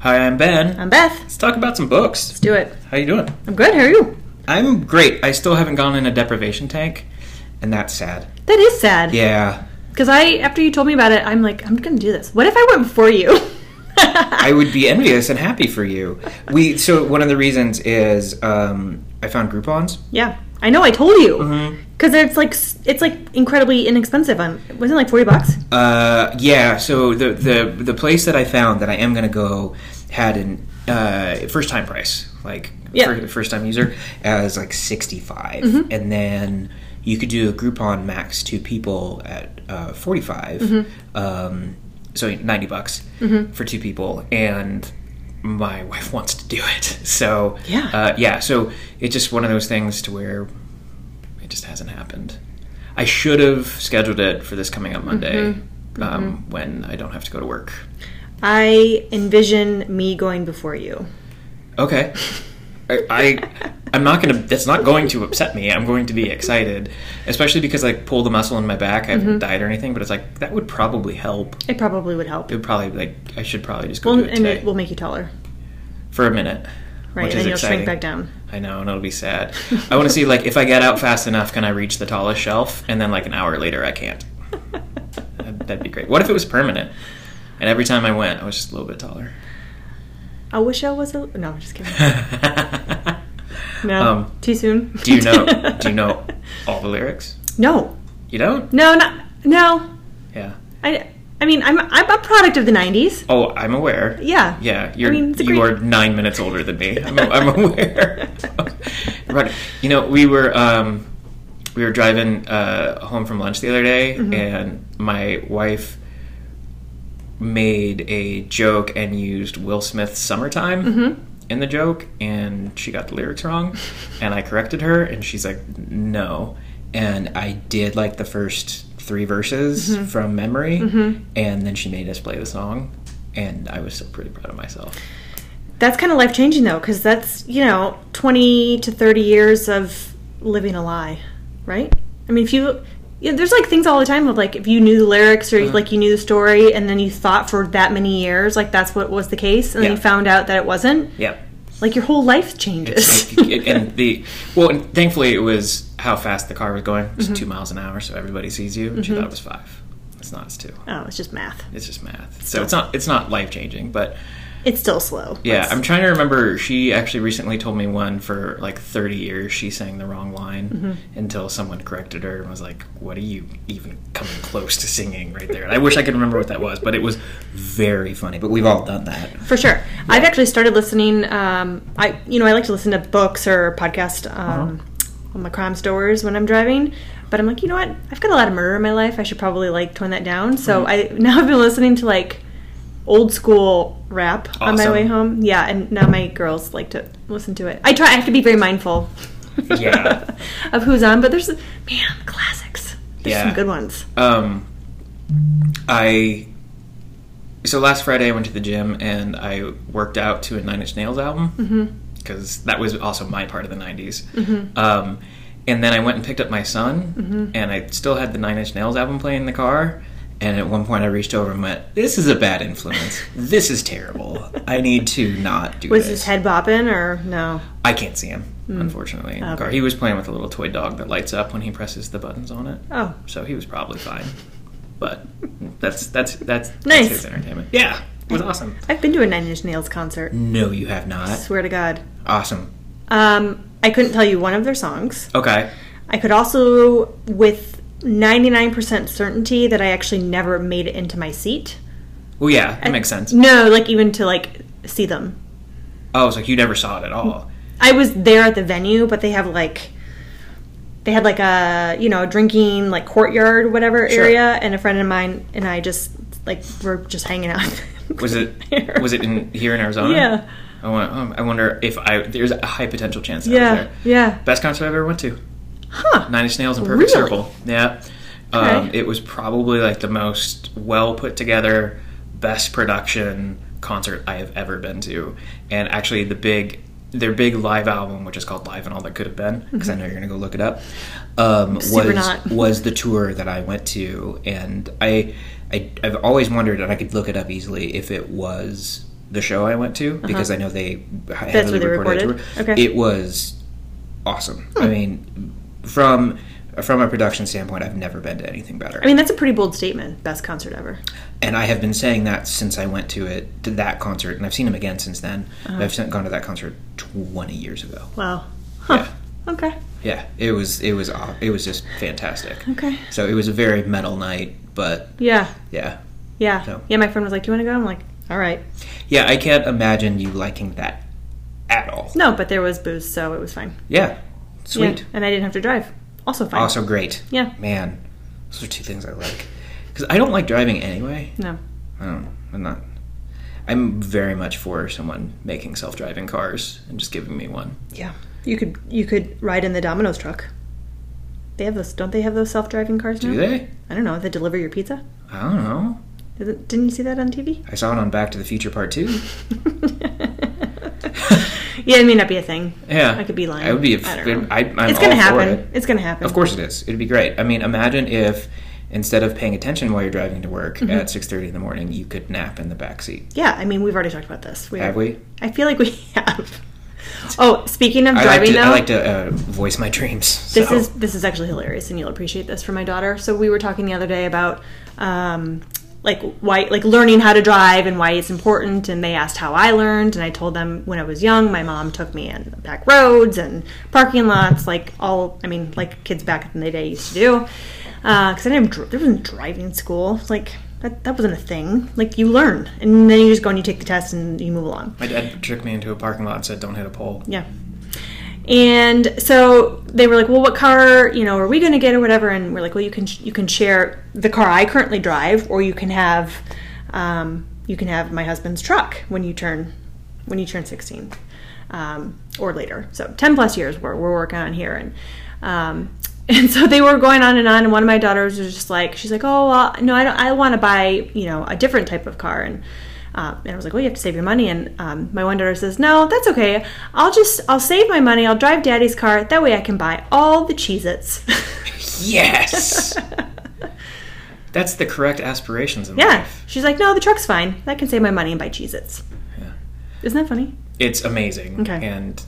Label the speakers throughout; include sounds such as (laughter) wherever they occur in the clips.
Speaker 1: Hi, I'm Ben.
Speaker 2: I'm Beth.
Speaker 1: Let's talk about some books.
Speaker 2: Let's do it.
Speaker 1: How you doing?
Speaker 2: I'm good. How are you?
Speaker 1: I'm great. I still haven't gone in a deprivation tank, and that's sad.
Speaker 2: That is sad.
Speaker 1: Yeah,
Speaker 2: Because I, after you told me about it, I'm like, I'm gonna do this. What if I went before you?
Speaker 1: (laughs) I would be envious and happy for you. We so one of the reasons is um, I found Groupon's.
Speaker 2: Yeah, I know. I told you.
Speaker 1: Mm-hmm.
Speaker 2: Because it's like s- it's like incredibly inexpensive. On wasn't it like forty bucks.
Speaker 1: Uh, yeah. So the the the place that I found that I am gonna go had an uh, first time price, like
Speaker 2: Yeah. Mm-hmm.
Speaker 1: fir- first time user, as like sixty and then you could do a Groupon max two people at uh, forty
Speaker 2: Mm-hmm.
Speaker 1: Um, so ninety bucks for two people, and my wife wants to do it. (laughs) So
Speaker 2: Yeah.
Speaker 1: uh, yeah. So it's just one of those things to where it just hasn't happened. I should have scheduled it for this coming
Speaker 2: Mm-hmm.
Speaker 1: up Monday Um, when I don't have to go to work.
Speaker 2: I envision me going before you.
Speaker 1: Okay. I, I I'm not gonna. That's not going to upset me. I'm going to be excited, especially because I pull the muscle in my back. I haven't
Speaker 2: Mm-hmm.
Speaker 1: died or anything, but it's like that would probably help.
Speaker 2: It probably would help.
Speaker 1: It would probably like I should probably just go
Speaker 2: Well,
Speaker 1: do it
Speaker 2: and
Speaker 1: today
Speaker 2: it will make you taller,
Speaker 1: for a minute. Which
Speaker 2: right? and
Speaker 1: is
Speaker 2: then you'll
Speaker 1: exciting.
Speaker 2: shrink back down. (laughs)
Speaker 1: I know, and it'll be sad. I want to see like if I get out fast enough, can I reach the tallest shelf? And then like an hour later, I can't. That'd, that'd be great. What if it was permanent? And every time I went, I was just a little bit taller.
Speaker 2: I wish I was a. No, I'm just kidding. (laughs)
Speaker 1: (laughs)
Speaker 2: No,
Speaker 1: Um,
Speaker 2: too soon.
Speaker 1: do you know? Do you
Speaker 2: (laughs)
Speaker 1: know all the lyrics?
Speaker 2: No,
Speaker 1: You don't?
Speaker 2: no, not no.
Speaker 1: Yeah.
Speaker 2: I, I mean, I'm I'm a product of the '90s.
Speaker 1: Oh, I'm aware.
Speaker 2: Yeah.
Speaker 1: Yeah, you're
Speaker 2: mean, it's a
Speaker 1: you
Speaker 2: great-
Speaker 1: are nine minutes older than me.
Speaker 2: (laughs)
Speaker 1: I'm, I'm aware. (laughs) right. You know, we were um, we were driving uh, home from lunch the other day,
Speaker 2: Mm-hmm.
Speaker 1: and my wife made a joke and used Will Smith's "Summertime"
Speaker 2: Mm-hmm.
Speaker 1: in the joke, and she got the lyrics wrong, and I corrected her, and she's like, "No," and I did like the first three verses from memory, and then she made us play the song, and I was still pretty proud of myself.
Speaker 2: That's kind of life changing though, because that's you know 20 to 30 years of living a lie, right? I mean, if you yeah, there's like things all the time of like if you knew the lyrics
Speaker 1: Uh-huh.
Speaker 2: or like you knew the story and then you thought for that many years like that's what was the case and then
Speaker 1: Yeah.
Speaker 2: you found out that it wasn't
Speaker 1: Yeah.
Speaker 2: like your whole life changes
Speaker 1: Like, and the well, and thankfully it was how fast the car was going, It's two miles an hour, so everybody sees you. And She thought it was five. It's not. It's two.
Speaker 2: (laughs) oh it's just math
Speaker 1: It's just math. So it's not. It's not life changing, but
Speaker 2: it's still slow
Speaker 1: yeah,
Speaker 2: Let's-
Speaker 1: I'm trying to remember. She actually recently told me one for like 30 years. She sang the wrong line
Speaker 2: Mm-hmm.
Speaker 1: until someone corrected her and was like, "What are you even coming close to singing right there?" And I wish I could remember what that was, but it was very funny. But we've all done that.
Speaker 2: For sure. I've actually started listening. Um, I you know I like to listen to books or podcast um,
Speaker 1: Uh-huh.
Speaker 2: on my crime stores when I'm driving. But I'm like, you know what? I've got a lot of murder in my life. I should probably like tone that down.
Speaker 1: Uh-huh.
Speaker 2: So I (laughs) now I've been listening to like old school rap on my
Speaker 1: Awesome.
Speaker 2: way home. Yeah, and now my girls like to listen to it. I try. I have to be very mindful.
Speaker 1: Yeah.
Speaker 2: (laughs) of who's on, but there's man the classics. There's
Speaker 1: Yeah.
Speaker 2: some good ones.
Speaker 1: um, I so last Friday I went to the gym and I worked out to a Nine Inch Nails
Speaker 2: Mm-hmm.
Speaker 1: album because that was also my part of the '90s. Um, and then I went and picked up my son,
Speaker 2: Mm-hmm.
Speaker 1: and I still had the Nine Inch Nails album playing in the car. And at one point, I reached over and went, "This is a bad influence. This is terrible. I need to not do
Speaker 2: Was
Speaker 1: this."
Speaker 2: his head Mm. bopping or no?
Speaker 1: I can't see him, unfortunately. In the car, he was playing with a little toy dog that lights up when he presses the buttons on it
Speaker 2: Oh,
Speaker 1: so he was probably fine. But that's that's that's, that's
Speaker 2: Nice.
Speaker 1: his entertainment. Yeah, it was awesome.
Speaker 2: I've been to a Nine Inch Nails concert.
Speaker 1: No, you have not.
Speaker 2: Swear to God.
Speaker 1: Awesome.
Speaker 2: Um, I couldn't tell you one of their songs.
Speaker 1: Okay.
Speaker 2: I could also, with 99% certainty, that I actually never made it into my seat.
Speaker 1: Well, yeah, that makes sense.
Speaker 2: No, like even to like see them.
Speaker 1: Oh, it's like you never saw it at all.
Speaker 2: I was there at the venue, but they have like they had like a you know drinking like courtyard whatever
Speaker 1: Sure.
Speaker 2: area, and a friend of mine and I just like were just hanging out.
Speaker 1: Was
Speaker 2: (laughs)
Speaker 1: it was it in here in Arizona?
Speaker 2: Yeah,
Speaker 1: I wonder, um, I wonder if I there's a high potential chance. that I was
Speaker 2: yeah,
Speaker 1: there.
Speaker 2: yeah.
Speaker 1: Best concert I've ever went to.
Speaker 2: Huh.
Speaker 1: Nine Inch Nails and Perfect
Speaker 2: Really?
Speaker 1: Circle. Yeah. Um,
Speaker 2: Okay.
Speaker 1: It was probably like the most well put together, best production concert I have ever been to. And actually, the big their big live album, which is called Live and All That Could Have Been, because I know you're gonna go look it up, um,
Speaker 2: Mm-hmm. Super
Speaker 1: was
Speaker 2: not.
Speaker 1: was the tour that I went to, and I, I I've always wondered, and I could look it up easily if it was the show I went to because I know they heavily
Speaker 2: Uh-huh. That's where they recorded?
Speaker 1: it.
Speaker 2: Okay. Hmm.
Speaker 1: It was awesome. I mean, from from a production standpoint, I've never been to anything better.
Speaker 2: I mean, that's a pretty bold statement. Best concert ever.
Speaker 1: and I have been saying that since I went to it to that concert, and I've seen him again since then. I've sent, gone to that concert twenty years ago.
Speaker 2: Uh-huh. Wow. Huh. Okay.
Speaker 1: Yeah, it was it was aw- it was just fantastic.
Speaker 2: Okay.
Speaker 1: So it was a very metal night, but
Speaker 2: Yeah.
Speaker 1: yeah,
Speaker 2: Yeah.
Speaker 1: So-
Speaker 2: Yeah. My friend was like, "Do you want to go?" I'm like, "All right."
Speaker 1: yeah, I can't imagine you liking that at all.
Speaker 2: No, but there was booze, so it was fine.
Speaker 1: Yeah,
Speaker 2: Yeah.
Speaker 1: sweet,
Speaker 2: And I didn't have to drive. Also fine.
Speaker 1: also great.
Speaker 2: Yeah.
Speaker 1: man, those are two things I like because I don't like driving anyway.
Speaker 2: No.
Speaker 1: I don't. Um, I'm not. I'm very much for someone making self-driving cars and just giving me one.
Speaker 2: Yeah. You could you could ride in the Domino's truck. They have those, don't they have those self driving cars now?
Speaker 1: Do they?
Speaker 2: I don't know. They deliver your pizza.
Speaker 1: I don't know.
Speaker 2: Isn't- Didn't you see that on TV?
Speaker 1: I saw it on Back to the Future Part Two.
Speaker 2: (laughs) Yeah, it may not be a thing.
Speaker 1: Yeah,
Speaker 2: I could be lying.
Speaker 1: I would be.
Speaker 2: I don't know.
Speaker 1: I, am
Speaker 2: it's gonna happen. It's gonna happen.
Speaker 1: Of course it is. It'd be great. I mean, imagine if instead of paying attention while you're driving to work
Speaker 2: Mm-hmm.
Speaker 1: at 6:30 in the morning, you could nap in the back seat.
Speaker 2: Yeah, I mean, we've already talked about this. We
Speaker 1: Have we?
Speaker 2: I feel like we (laughs) have. Oh, speaking of
Speaker 1: I like
Speaker 2: driving,
Speaker 1: to,
Speaker 2: though,
Speaker 1: I like to uh, voice my dreams.
Speaker 2: this
Speaker 1: so-
Speaker 2: is this is actually hilarious, and you'll appreciate this from my daughter. So we were talking the other day about um, like why like learning how to drive and why it's important, and they asked how I learned, and I told them when I was young, my mom took me in back roads and parking lots, like all I mean, like kids back in the day used to do, because I didn't have, dr- there wasn't driving school like. That, that wasn't a thing. Like you learn, and then you just go and you take the test and you move along.
Speaker 1: my dad tricked me into a parking lot and said, "Don't hit a pole."
Speaker 2: Yeah. And so they were like, "Well, what car, you know, are we going to get or whatever?" And we're like, "Well, you can you can share the car I currently drive, or you can have um, you can have my husband's truck when you turn when you turn 16 um, or later." So 10 plus years we're we're working on here, and um, (laughs) and so they were going on and on. And one of my daughters was just like, "She's like, oh, well, no, I don't. I want to buy you know a different type of car." And uh, and I was like, well, you have to save your money. And um, my one daughter says, no, that's okay. I'll just, I'll save my money. I'll drive daddy's car. That way I can buy all the Cheez-Its.
Speaker 1: Yes. That's the correct aspirations in
Speaker 2: (laughs) yeah.
Speaker 1: life.
Speaker 2: She's like, no, the truck's fine. I can save my money and buy Cheez-Its.
Speaker 1: Yeah.
Speaker 2: Isn't that funny? (laughs)
Speaker 1: It's amazing.
Speaker 2: Okay.
Speaker 1: And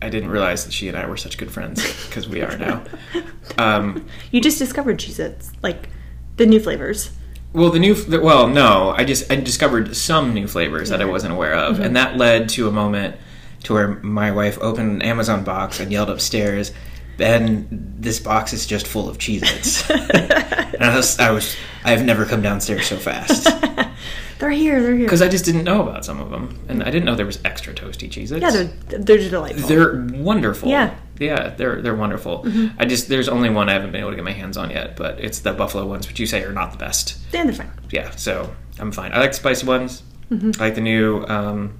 Speaker 1: I didn't realize that she and I were such good
Speaker 2: (laughs)
Speaker 1: friends because we are now. Um,
Speaker 2: You just discovered Cheez-Its, like the
Speaker 1: (laughs)
Speaker 2: new flavors.
Speaker 1: Well, the new the, well, no, I just I discovered some new flavors that I wasn't aware of,
Speaker 2: Mm-hmm.
Speaker 1: and that led to a moment to where my wife opened an Amazon box and yelled upstairs, "Ben, this box is just full of
Speaker 2: (laughs)
Speaker 1: Cheez-Its." (laughs) and I was, I was, I have never come downstairs so fast
Speaker 2: (laughs) They're here. They're here.
Speaker 1: because I just didn't know about some of them, and I didn't know there was extra toasty Cheez-Its.
Speaker 2: Yeah, they're, they're delightful.
Speaker 1: They're wonderful.
Speaker 2: Yeah. Mm-hmm.
Speaker 1: Yeah, they're they're wonderful. I just there's only one I haven't been able to get my hands on yet, but it's the buffalo ones, which you say are not the best
Speaker 2: Yeah, they're fine.
Speaker 1: yeah, so I'm fine. I like the spicy ones.
Speaker 2: Mm-hmm.
Speaker 1: I like the new um,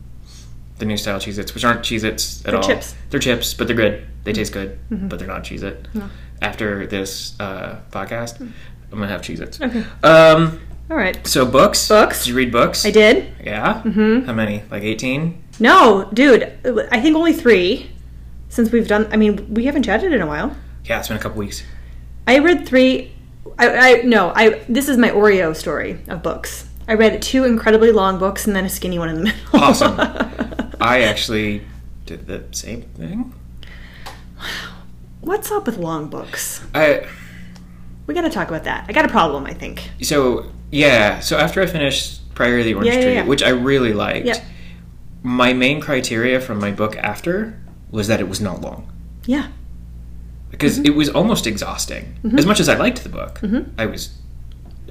Speaker 1: the new style Cheez Its, which aren't Cheez Its at
Speaker 2: They're
Speaker 1: all.
Speaker 2: chips. Mm-hmm.
Speaker 1: They're chips, but they're good. They taste good, but they're not Cheez It. After this uh, podcast,
Speaker 2: Mm.
Speaker 1: I'm gonna have Cheez Its. Okay. Um,
Speaker 2: All right.
Speaker 1: so books.
Speaker 2: Books.
Speaker 1: Did you read books?
Speaker 2: I did.
Speaker 1: Yeah. Mm-hmm. How many? Like 18.
Speaker 2: No, dude, I think only three since we've done, I mean, we haven't chatted in a while.
Speaker 1: Yeah, it's been a couple weeks.
Speaker 2: I read three. I, I no. I this is my Oreo story of books. I read two incredibly long books and then a skinny one in the middle.
Speaker 1: Awesome.
Speaker 2: (laughs)
Speaker 1: I actually did the same thing.
Speaker 2: What's up with long books?
Speaker 1: I.
Speaker 2: We got to talk about that. I got a problem. I think.
Speaker 1: So yeah, so after I finished Prior of the Orange
Speaker 2: Yeah, yeah,
Speaker 1: Tree,
Speaker 2: yeah.
Speaker 1: which I really liked,
Speaker 2: Yep.
Speaker 1: my main criteria from my book after was that it was not long
Speaker 2: Yeah.
Speaker 1: because
Speaker 2: Mm-hmm.
Speaker 1: it was almost exhausting. As much as I liked the book, I was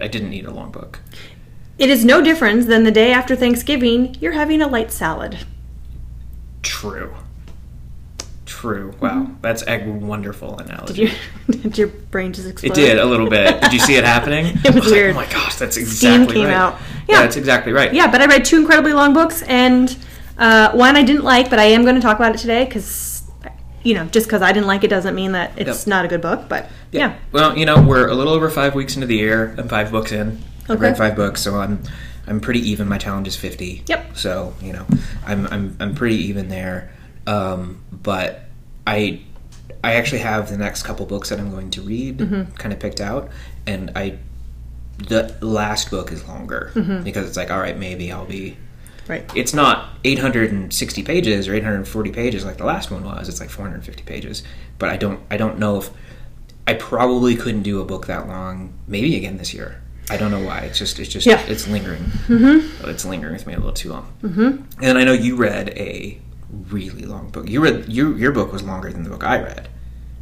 Speaker 1: I didn't need a long book.
Speaker 2: It is no different than the day after Thanksgiving. You're having a light salad. (laughs)
Speaker 1: True. True. Wow, that's a wonderful analogy.
Speaker 2: Mm-hmm. Did, you, did your brain just explode?
Speaker 1: It did a little
Speaker 2: (laughs)
Speaker 1: bit. Did you see it happening?
Speaker 2: It was
Speaker 1: I like,
Speaker 2: weird.
Speaker 1: oh my gosh, that's exactly
Speaker 2: came
Speaker 1: right.
Speaker 2: out.
Speaker 1: Yeah.
Speaker 2: Yeah.
Speaker 1: that's exactly right.
Speaker 2: Yeah, but I read two incredibly long books and uh, one I didn't like, but I am going to talk about it today because you know just because I didn't like it doesn't mean that it's
Speaker 1: Yep.
Speaker 2: not a good book. But yeah.
Speaker 1: Well, you know, we're a little over five weeks into the year. I'm five books in. I've
Speaker 2: Okay.
Speaker 1: read five books, so I'm I'm pretty even. My challenge is fifty.
Speaker 2: Yep.
Speaker 1: So you know, I'm I'm I'm pretty even there. Um, but I I actually have the next couple books that I'm going to read
Speaker 2: Mm-hmm.
Speaker 1: kind of picked out, and
Speaker 2: Mm-hmm.
Speaker 1: I the last book is longer because it's like all right, maybe I'll be
Speaker 2: Right.
Speaker 1: It's not 860 pages or 840 pages like the last one was. It's like 450 pages. But I don't I don't know if I probably couldn't do a book that long. Maybe again this year. I don't know why. It's just it's just
Speaker 2: Yeah.
Speaker 1: it's lingering. Mm-hmm. It's lingering with me a little too long. Mm-hmm. And I know you read a really long book. You read you, your book was longer than the book I read.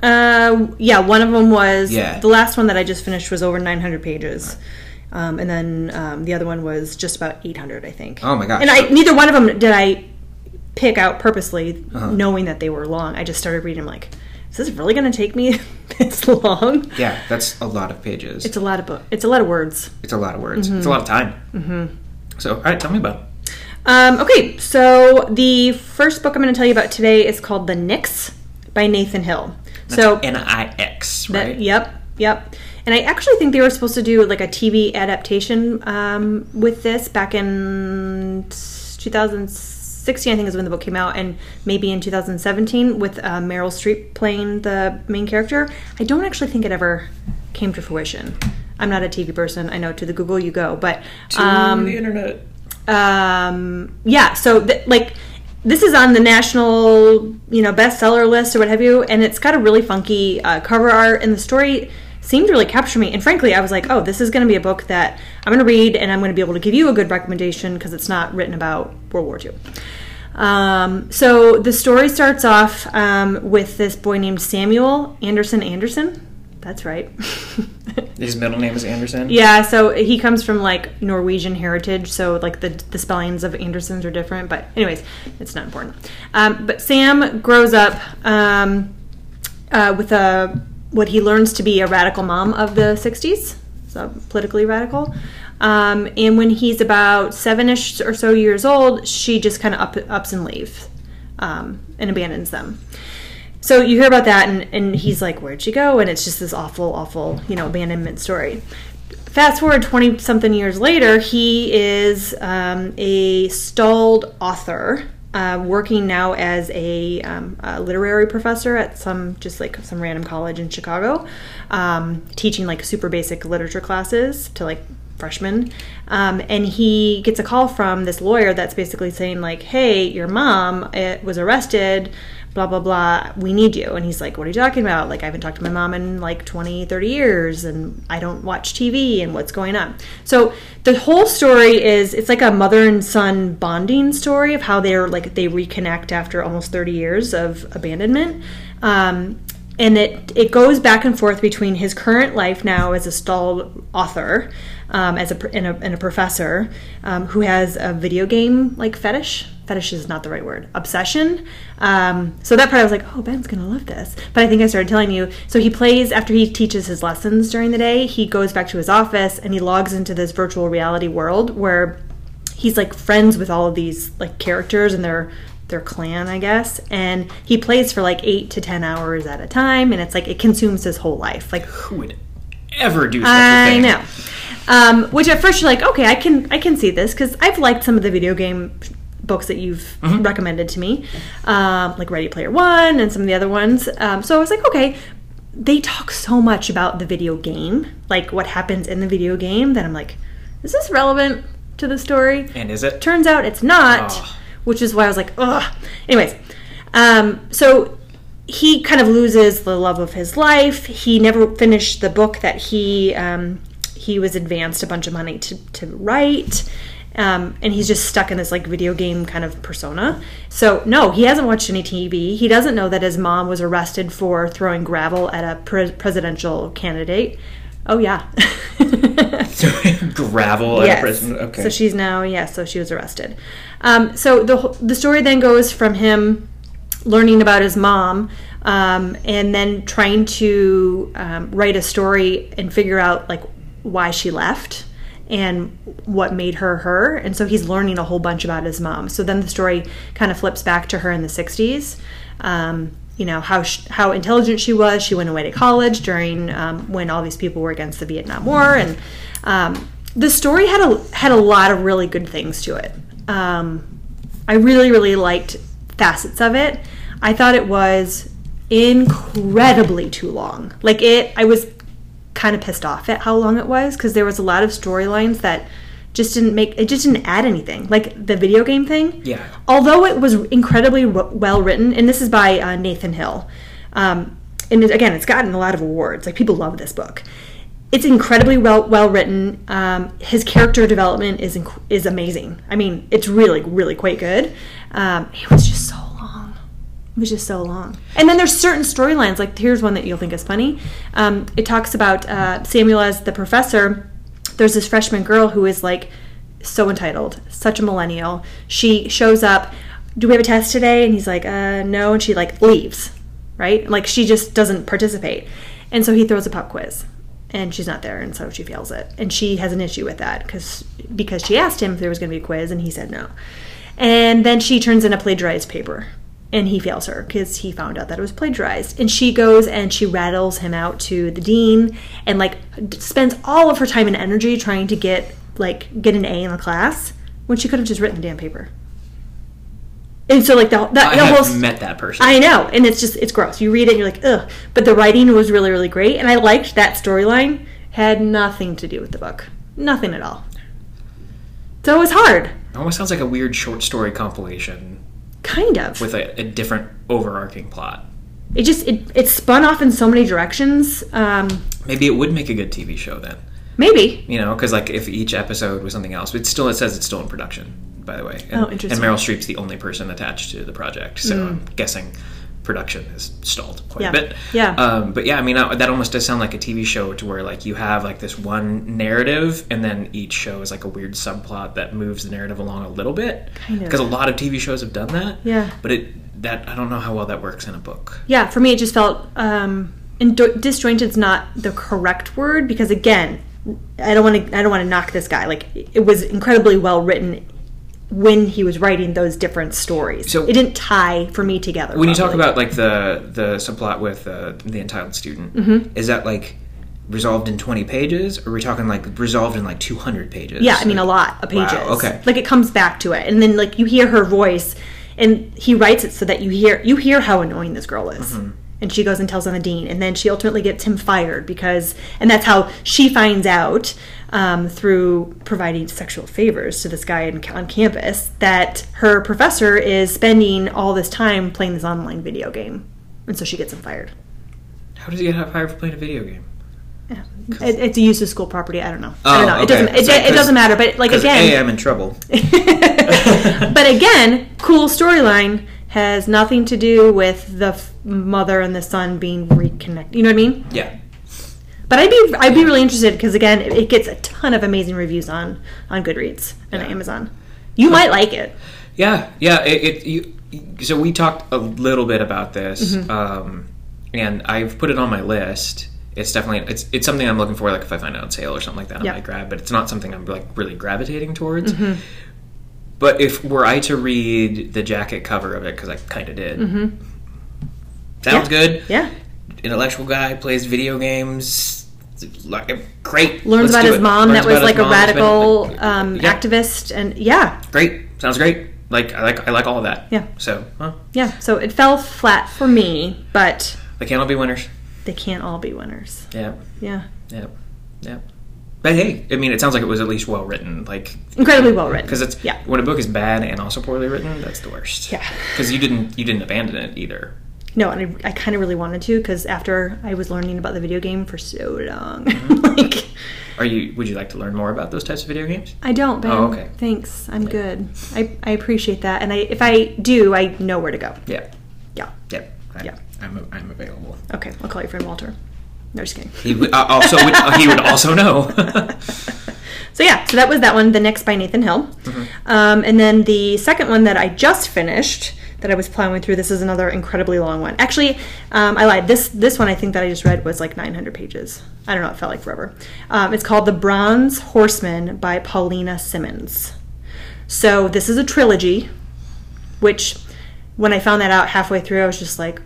Speaker 2: Uh, yeah, one of them was
Speaker 1: Yeah.
Speaker 2: the last one that I just finished was over 900 pages. Um, and then um, the other one was just about 800, I think.
Speaker 1: Oh my gosh.
Speaker 2: And I neither one of them did I pick out purposely
Speaker 1: Uh-huh.
Speaker 2: knowing that they were long. I just started reading them like is this really going to take me (laughs) this long?
Speaker 1: yeah, that's a lot of pages.
Speaker 2: It's a lot of book. It's a lot of words.
Speaker 1: It's a lot of words. It's a lot of time. Mm-hmm. So, all right, tell me about. it.
Speaker 2: Um, okay, so the first book I'm going to tell you about today is called The Nix by Nathan Hill. so
Speaker 1: N I X,
Speaker 2: That-
Speaker 1: right?
Speaker 2: Yep, yep. And I actually think they were supposed to do like a TV adaptation um, with this back in 2016. I think is when the book came out, and maybe in 2017 with uh, Meryl Streep playing the main character. I don't actually think it ever came to fruition. I'm not a TV person. I know to the Google you go, but
Speaker 1: Ooh, the internet.
Speaker 2: um, yeah so th- like this is on the national you know bestseller list or what have you and it's got a really funky uh, cover art and the story seemed to really capture me and frankly i was like oh this is going to be a book that i'm going to read and i'm going to be able to give you a good recommendation because it's not written about world war ii um, so the story starts off um, with this boy named samuel anderson anderson that's right (laughs)
Speaker 1: His middle name is Anderson.
Speaker 2: Yeah, so he comes from like Norwegian heritage, so like the the spellings of Andersons are different. But anyways, it's not important. Um, but Sam grows up um, uh, with a what he learns to be a radical mom of the '60s, so politically radical. Um, and when he's about seven-ish or so years old, she just kind of up, ups and leaves um, and abandons them. So you hear about that, and, and he's like, Where'd she go? And it's just this awful, awful, you know, abandonment story. Fast forward 20 something years later, he is um, a stalled author. Uh, working now as a, um, a literary professor at some just like some random college in Chicago, um, teaching like super basic literature classes to like freshman um, and he gets a call from this lawyer that's basically saying like hey your mom it was arrested blah blah blah we need you and he's like what are you talking about like i haven't talked to my mom in like 20 30 years and i don't watch tv and what's going on so the whole story is it's like a mother and son bonding story of how they're like they reconnect after almost 30 years of abandonment um, and it it goes back and forth between his current life now as a stalled author, um, as a pr- and a, and a professor um, who has a video game like fetish. Fetish is not the right word. Obsession. Um, so that part I was like, oh, Ben's gonna love this. But I think I started telling you. So he plays after he teaches his lessons during the day. He goes back to his office and he logs into this virtual reality world where he's like friends with all of these like characters and their their clan, I guess. And he plays for like eight to ten hours at a time, and it's like it consumes his whole life. Like
Speaker 1: Who would ever do such a
Speaker 2: I
Speaker 1: thing?
Speaker 2: know. Um, which at first you're like, okay, I can I can see this because I've liked some of the video game books that you've recommended to me, um, like Ready Player One and some of the other ones. Um, so I was like, okay. They talk so much about the video game, like what happens in the video game, that I'm like, is this relevant to the story?
Speaker 1: And is it?
Speaker 2: Turns out it's not,
Speaker 1: Oh.
Speaker 2: which is why I was like, ugh. Anyways, um, so he kind of loses the love of his life. He never finished the book that he um, he was advanced a bunch of money to, to write. Um, and he's just stuck in this like video game kind of persona. So no, he hasn't watched any TV. He doesn't know that his mom was arrested for throwing gravel at a pre- presidential candidate. Oh yeah.
Speaker 1: (laughs)
Speaker 2: (laughs)
Speaker 1: Gravel at a prison. Okay.
Speaker 2: So she's now, yes, so she was arrested. Um, so the wh- the story then goes from him learning about his mom um, and then trying to um, write a story and figure out like why she left and what made her her and so he's learning a whole bunch about his mom so then the story kind of flips back to her in the 60s um, you know how sh how intelligent she was she went away to college during um, when all these people were against the vietnam war and um, the story had a had a lot of really good things to it um, I really, really liked facets of it. I thought it was incredibly too long. Like it, I was kind of pissed off at how long it was because there was a lot of storylines that just didn't make it just didn't add anything like the video game thing
Speaker 1: Yeah.
Speaker 2: although it was incredibly w- well written and this is by uh, nathan hill um, and it, again it's gotten a lot of awards like people love this book it's incredibly well well written um, his character development is inc- is amazing i mean it's really really quite good um, it was just so long it was just so long. And then there's certain storylines, like here's one that you'll think is funny. Um, it talks about uh, Samuel as the professor. There's this freshman girl who is like so entitled, such a millennial. She shows up, do we have a test today? And he's like, uh, no. And she like leaves, right? Like she just doesn't participate. And so he throws a pop quiz and she's not there. And so she fails it. And she has an issue with that because because she asked him if there was going to be a quiz and he said no. And then she turns in a plagiarized paper and he fails her because he found out that it was plagiarized. And she goes and she rattles him out to the dean and like d- spends all of her time and energy trying to get like get an A in the class when she could have just written the damn paper. And so like the that
Speaker 1: I
Speaker 2: the
Speaker 1: have
Speaker 2: whole
Speaker 1: met that person.
Speaker 2: I know, and it's just it's gross. You read it, and you're like, ugh. But the writing was really, really great, and I liked that storyline. Had nothing to do with the book, nothing at all. So it was hard,
Speaker 1: it almost sounds like a weird short story compilation
Speaker 2: kind of.
Speaker 1: with a, a different overarching plot.
Speaker 2: It just it, it spun off in so many directions. Um,
Speaker 1: Maybe it would make a good TV show then.
Speaker 2: maybe
Speaker 1: You know, because like if each episode was something else, but still it says it's still in production, by the way. And,
Speaker 2: Oh, interesting. Mm.
Speaker 1: And Meryl Streep's the only person attached to the project, so I'm guessing production has stalled quite
Speaker 2: Yeah.
Speaker 1: a bit.
Speaker 2: Yeah.
Speaker 1: Um, but yeah, I mean that that almost does sound like a TV show to where like you have like this one narrative, and then each show is like a weird subplot that moves the narrative along a little bit.
Speaker 2: Kind of.
Speaker 1: Because a lot of TV shows have done that.
Speaker 2: Yeah.
Speaker 1: But it that I don't know how well that works in a book.
Speaker 2: yeah. For me, it just felt um, and disjointed's not the correct word because again, I don't want to I don't want to knock this guy. Like it was incredibly well written when he was writing those different stories.
Speaker 1: So-
Speaker 2: it didn't tie for me together.
Speaker 1: when you talk
Speaker 2: properly.
Speaker 1: about like the the subplot with uh, the entitled student
Speaker 2: Mm-hmm.
Speaker 1: is that like resolved in 20 pages or are we talking like resolved in like 200 pages
Speaker 2: Yeah, I mean a lot of pages.
Speaker 1: okay.
Speaker 2: Like it comes back to it, and then like you hear her voice, and he writes it so that you hear you hear how annoying this girl is.
Speaker 1: Mm-hmm.
Speaker 2: And she goes and tells on the dean, and then she ultimately gets him fired because, and that's how she finds out um, through providing sexual favors to this guy in, on campus that her professor is spending all this time playing this online video game, and so she gets him fired.
Speaker 1: how does he get hired for playing a video game
Speaker 2: Yeah. It, it's a use of school property. I don't know. I don't
Speaker 1: Oh,
Speaker 2: know. It
Speaker 1: okay.
Speaker 2: doesn't. It,
Speaker 1: So,
Speaker 2: it
Speaker 1: 'cause-
Speaker 2: doesn't matter. But like
Speaker 1: because
Speaker 2: again,
Speaker 1: a i'm in trouble
Speaker 2: (laughs) but again, cool storyline has nothing to do with the f- mother and the son being reconnected. You know what I mean?
Speaker 1: yeah
Speaker 2: But I'd be I'd be really interested because again, it, it gets a ton of amazing reviews on on Goodreads and
Speaker 1: Yeah.
Speaker 2: Amazon. You might like it.
Speaker 1: yeah yeah it, it you so we talked a little bit about this
Speaker 2: Mm-hmm.
Speaker 1: um and i've put it on my list it's definitely it's it's something i'm looking for like if i find it on sale or something like that
Speaker 2: Yeah.
Speaker 1: i
Speaker 2: Mm-hmm.
Speaker 1: might grab but it's not something i'm like really gravitating towards but if were i to read the jacket cover of it because i kind of did sounds
Speaker 2: Mm-hmm. Yeah.
Speaker 1: good
Speaker 2: Yeah,
Speaker 1: intellectual guy plays video games like, great Let's
Speaker 2: learns about
Speaker 1: do
Speaker 2: his
Speaker 1: it.
Speaker 2: mom
Speaker 1: Learns
Speaker 2: that was
Speaker 1: about his
Speaker 2: like a
Speaker 1: mom. It's been,
Speaker 2: radical
Speaker 1: like,
Speaker 2: um,
Speaker 1: yeah,
Speaker 2: activist, and yeah,
Speaker 1: great sounds great like i like i like all of that
Speaker 2: Yeah.
Speaker 1: so huh,
Speaker 2: yeah. So it fell flat for me, but
Speaker 1: they can't all be winners
Speaker 2: they can't all be winners.
Speaker 1: yeah
Speaker 2: Yeah,
Speaker 1: Yeah, yeah. But hey, I mean, it sounds like it was at least well written. Like,
Speaker 2: incredibly well written.
Speaker 1: because it's
Speaker 2: yeah,
Speaker 1: when a book is bad and also poorly written, that's the worst.
Speaker 2: Yeah.
Speaker 1: because you didn't you didn't abandon it either.
Speaker 2: No, and I, I kind of really wanted to because after I was learning about the video game for so long, (laughs) like
Speaker 1: Mm-hmm. Are you? Would you like to learn more about those types of video games?
Speaker 2: I don't. Ben.
Speaker 1: Oh, okay.
Speaker 2: Thanks, I'm good. I, I appreciate that, and I if I do, I know where to go.
Speaker 1: Yeah,
Speaker 2: Yeah.
Speaker 1: yeah, I,
Speaker 2: Yeah.
Speaker 1: I'm I'm available.
Speaker 2: Okay, I'll call your friend Walter. No, just kidding.
Speaker 1: He would, uh, also would, he would also know.
Speaker 2: (laughs) So yeah, so that was that one. The next by Nathan Hill,
Speaker 1: Mm-hmm.
Speaker 2: um, and then the second one that I just finished that I was plowing through. This is another incredibly long one. Actually, um, I lied. This this one I think that I just read was like 900 pages. I don't know. It felt like forever. Um, it's called The Bronze Horseman by Paulina Simmons. So this is a trilogy, which when I found that out halfway through, I was just like,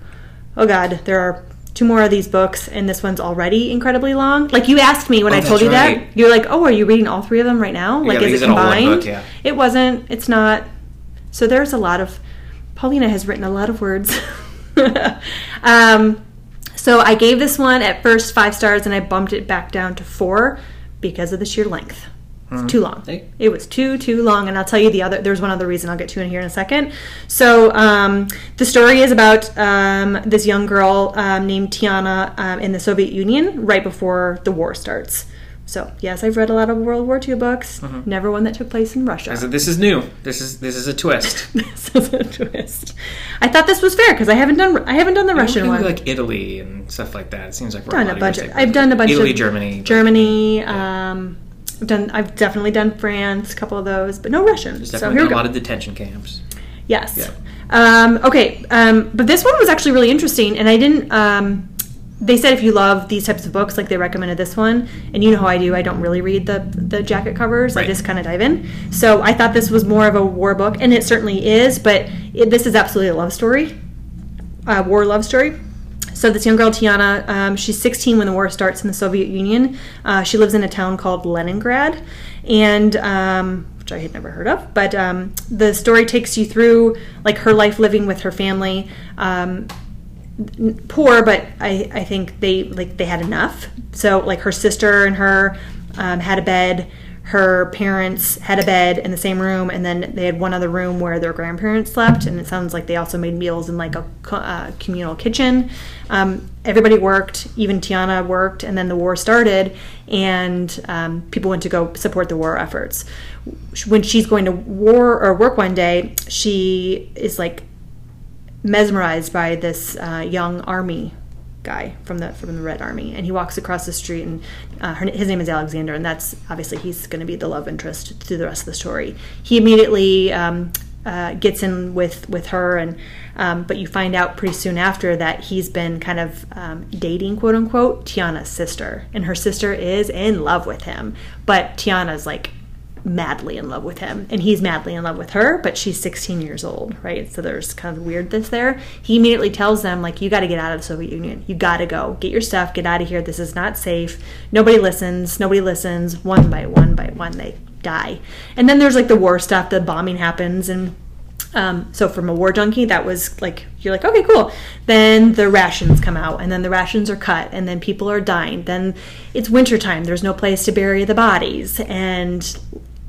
Speaker 2: oh god, there are two more of these books, and this one's already incredibly long. Like you asked me when I
Speaker 1: Oh, that's
Speaker 2: told you
Speaker 1: right.
Speaker 2: that, you're like, oh, are you reading all three of them right now? Like,
Speaker 1: they
Speaker 2: is
Speaker 1: use
Speaker 2: it
Speaker 1: it all in one
Speaker 2: combined?
Speaker 1: book, yeah.
Speaker 2: It wasn't. It's not. So there's a lot of. Paulina has written a lot of words. (laughs) um, so I gave this one at first five stars, and I bumped it back down to four because of the sheer length.
Speaker 1: Hmm.
Speaker 2: It's too long.
Speaker 1: Hey.
Speaker 2: It was too too long, and I'll tell you the other. There's one other reason I'll get to in here in a second. So um, the story is about um, this young girl um, named Tiana um, in the Soviet Union right before the war starts. So yes, I've read a lot of World War II books. Never one that took place in Russia. (laughs)
Speaker 1: So this Mm-hmm. is new. This is this is a twist.
Speaker 2: this is a twist. I thought this was fair because I haven't done I haven't done the (laughs) Russian
Speaker 1: Maybe
Speaker 2: one.
Speaker 1: like Italy and stuff like that. It seems like we're
Speaker 2: done
Speaker 1: lot
Speaker 2: a
Speaker 1: of
Speaker 2: bunch
Speaker 1: years
Speaker 2: of,
Speaker 1: ago.
Speaker 2: I've done a bunch
Speaker 1: Italy,
Speaker 2: of
Speaker 1: Germany,
Speaker 2: Germany.
Speaker 1: Yeah.
Speaker 2: Um, I've done. I've definitely done France, a couple of those, but no Russian.
Speaker 1: There's
Speaker 2: So
Speaker 1: definitely
Speaker 2: here we
Speaker 1: been a
Speaker 2: go.
Speaker 1: lot of detention camps.
Speaker 2: yes.
Speaker 1: Yeah.
Speaker 2: Um, okay. Um, but this one was actually really interesting, and I didn't. Um, they said if you love these types of books, like they recommended this one, and you know how I do, I don't really read the the jacket covers. I
Speaker 1: Right.
Speaker 2: just kind of dive in. So I thought this was more of a war book, and it certainly is. But it, this is absolutely a love story, a war love story. So this young girl Tiana, um, she's 16 when the war starts in the Soviet Union. Uh, she lives in a town called Leningrad, and um, which I had never heard of. But um, the story takes you through like her life living with her family. Um, n- poor, but I, I think they like they had enough. So like her sister and her um, had a bed. Her parents had a bed in the same room, and then they had one other room where their grandparents slept. And it sounds like they also made meals in like a co- uh, communal kitchen. Um, everybody worked, even Tiana worked, and then the war started, and um, people went to go support the war efforts. When she's going to war or work one day, she is like mesmerized by this uh, young army guy from the from the Red Army, and he walks across the street, and uh, her, his name is Alexander, and that's obviously he's going to be the love interest through the rest of the story. He immediately um, uh, gets in with with her, and um, but you find out pretty soon after that he's been kind of um, dating quote unquote Tiana's sister, and her sister is in love with him, but Tiana's like madly in love with him and he's madly in love with her but she's 16 years old right so there's kind of weirdness there he immediately tells them like you got to get out of the soviet union you got to go get your stuff get out of here this is not safe nobody listens nobody listens one by one by one they die and then there's like the war stuff the bombing happens and um, so from a war junkie, that was like you're like okay, cool. Then the rations come out, and then the rations are cut, and then people are dying. Then it's wintertime. There's no place to bury the bodies, and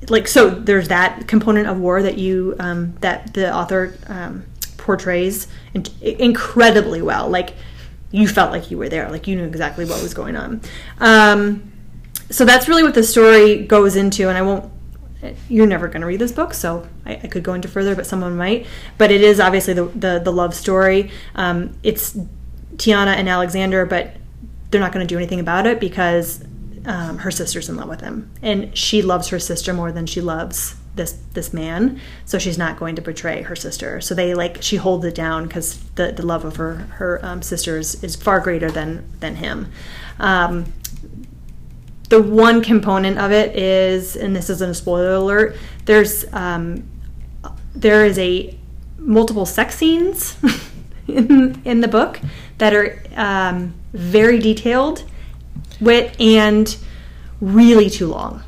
Speaker 2: like so, there's that component of war that you um, that the author um, portrays in- incredibly well. Like you felt like you were there, like you knew exactly what was going on. Um, so that's really what the story goes into, and I won't you're never going to read this book, so I, I could go into further, but someone might. But it is obviously the the, the love story. Um, it's Tiana and Alexander, but they're not going to do anything about it because um, her sister's in love with him, and she loves her sister more than she loves this this man. So she's not going to betray her sister. So they like she holds it down because the, the love of her her um, sister is, is far greater than than him. Um, the one component of it is, and this isn't a spoiler alert. There's um, there is a multiple sex scenes (laughs) in, in the book that are um, very detailed, wit and really too long.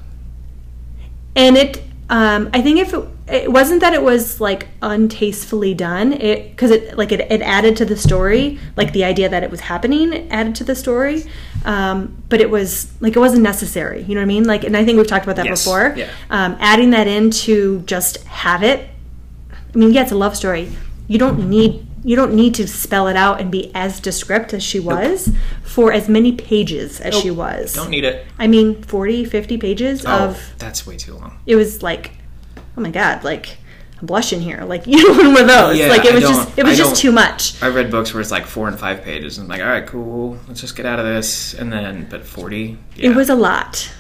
Speaker 2: And it, um, I think if it, it wasn't that it was like untastefully done, it because it like it, it added to the story, like the idea that it was happening added to the story, um, but it was like it wasn't necessary. You know what I mean? Like, and I think we've talked about that
Speaker 1: Yes.
Speaker 2: before.
Speaker 1: Yeah.
Speaker 2: Um, adding that in to just have it I mean, yeah, it's a love story. You don't need you don't need to spell it out and be as descript as she was for as many pages as she was.
Speaker 1: Oh, Don't need it.
Speaker 2: I mean, 40, 50 pages
Speaker 1: Oh,
Speaker 2: of
Speaker 1: that's way too long.
Speaker 2: it was like, oh my god, like I'm blushing here, like (laughs) you know, one of those.
Speaker 1: Yeah,
Speaker 2: like it
Speaker 1: I
Speaker 2: was
Speaker 1: don't-
Speaker 2: just it was
Speaker 1: I
Speaker 2: just
Speaker 1: don't-
Speaker 2: too much.
Speaker 1: I read books where it's like four and five pages, and I'm like, all right, cool, let's just get out of this. And then, but 40? Yeah.
Speaker 2: It was a lot.